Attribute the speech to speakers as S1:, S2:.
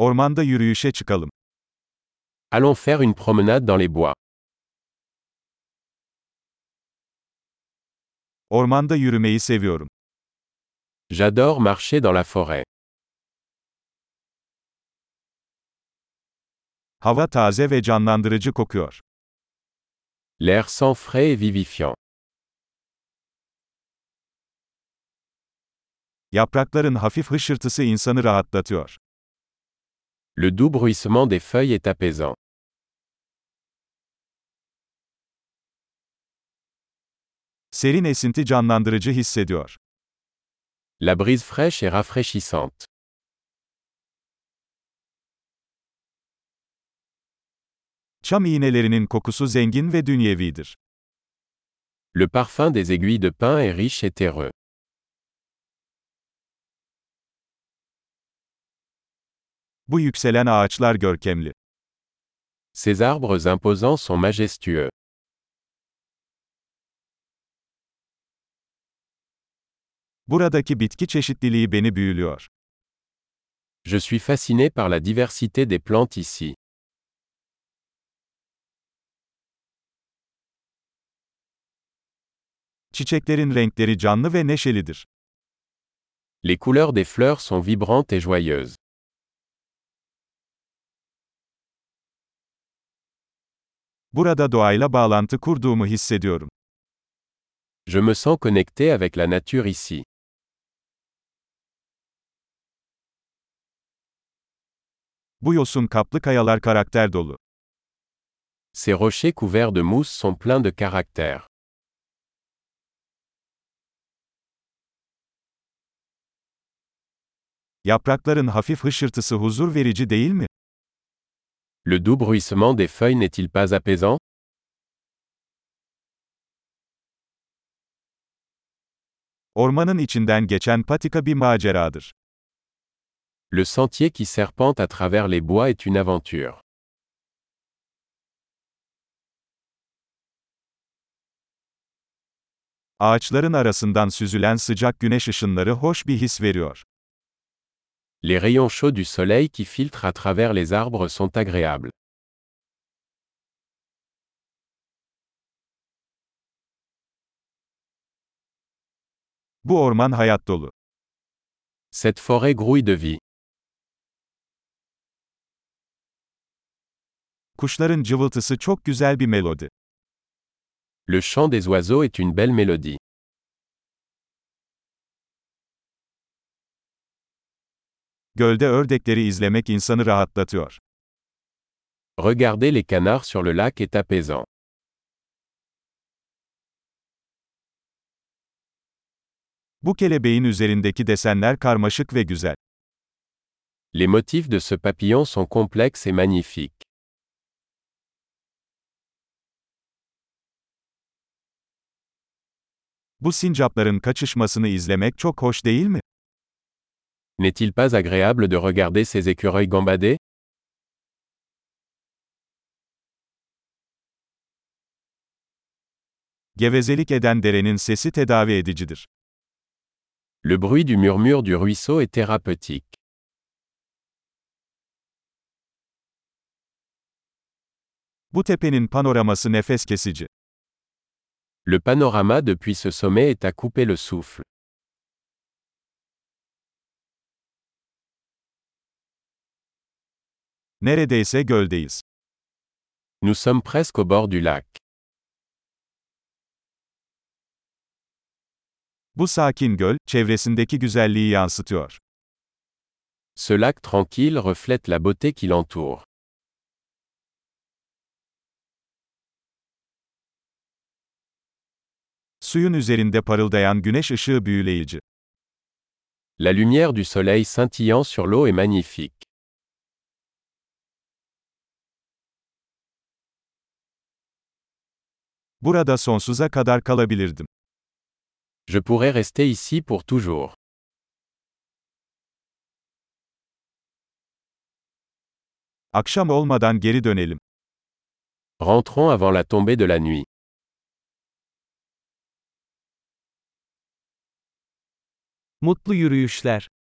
S1: Ormanda yürüyüşe çıkalım.
S2: Allons faire une promenade dans les bois.
S1: Ormanda yürümeyi seviyorum.
S2: J'adore marcher dans la forêt.
S1: Hava taze ve canlandırıcı kokuyor.
S2: L'air sent frais et vivifiant.
S1: Yaprakların hafif hışırtısı insanı rahatlatıyor.
S2: Le doux bruissement des feuilles est apaisant.
S1: Serin esinti canlandırıcı hissediyor.
S2: La brise fraîche est rafraîchissante.
S1: Çam iğnelerinin kokusu zengin ve dünyevidir.
S2: Le parfum des aiguilles de pin est riche et terreux.
S1: Bu yükselen ağaçlar görkemli.
S2: Ces arbres imposants sont majestueux.
S1: Buradaki bitki çeşitliliği beni büyülüyor.
S2: Je suis fasciné par la diversité des plantes ici.
S1: Çiçeklerin renkleri canlı ve neşelidir.
S2: Les couleurs des fleurs sont vibrantes et joyeuses.
S1: Burada doğayla bağlantı kurduğumu hissediyorum.
S2: Je me sens connecté avec la nature ici.
S1: Bu yosun kaplı kayalar karakter dolu.
S2: Ces rochers couverts de mousse sont pleins de caractère.
S1: Yaprakların hafif hışırtısı huzur verici değil mi?
S2: Le doux bruissement des feuilles n'est-il pas apaisant
S1: Ormanın içinden geçen patika bir maceradır.
S2: Le sentier qui serpente à travers les bois est une aventure.
S1: Ağaçların arasından süzülen sıcak güneş ışınları hoş bir his veriyor.
S2: Les rayons chauds du soleil qui filtrent à travers les arbres sont agréables.
S1: Bu orman hayat dolu.
S2: Cette forêt grouille de vie.
S1: Kuşların cıvıltısı çok güzel bir melodi.
S2: Le chant des oiseaux est une belle mélodie.
S1: Gölde ördekleri izlemek insanı rahatlatıyor.
S2: Regarder les canards sur le lac est apaisant.
S1: Bu kelebeğin üzerindeki desenler karmaşık ve güzel.
S2: Les motifs de ce papillon sont complexes et magnifiques.
S1: Bu sincapların kaçışmasını izlemek çok hoş değil mi?
S2: N'est-il pas agréable de regarder ces écureuils gambader
S1: Gevezelik eden derenin sesi tedavi edicidir.
S2: Le bruit du murmure du ruisseau est thérapeutique.
S1: Bu tepenin panoraması nefes kesici.
S2: Le panorama depuis ce sommet est à couper le souffle.
S1: Neredeyse göldeyiz.
S2: Nous sommes presque au bord du lac.
S1: Bu sakin göl, çevresindeki güzelliği yansıtıyor.
S2: Ce lac tranquille reflète la beauté qui l'entoure.
S1: Suyun üzerinde parıldayan güneş ışığı büyüleyici.
S2: La lumière du soleil scintillant sur l'eau est magnifique.
S1: Burada sonsuza kadar kalabilirdim.
S2: Je pourrais rester ici pour toujours.
S1: Akşam olmadan geri dönelim.
S2: Rentrons avant la tombée de la nuit.
S3: Mutlu yürüyüşler.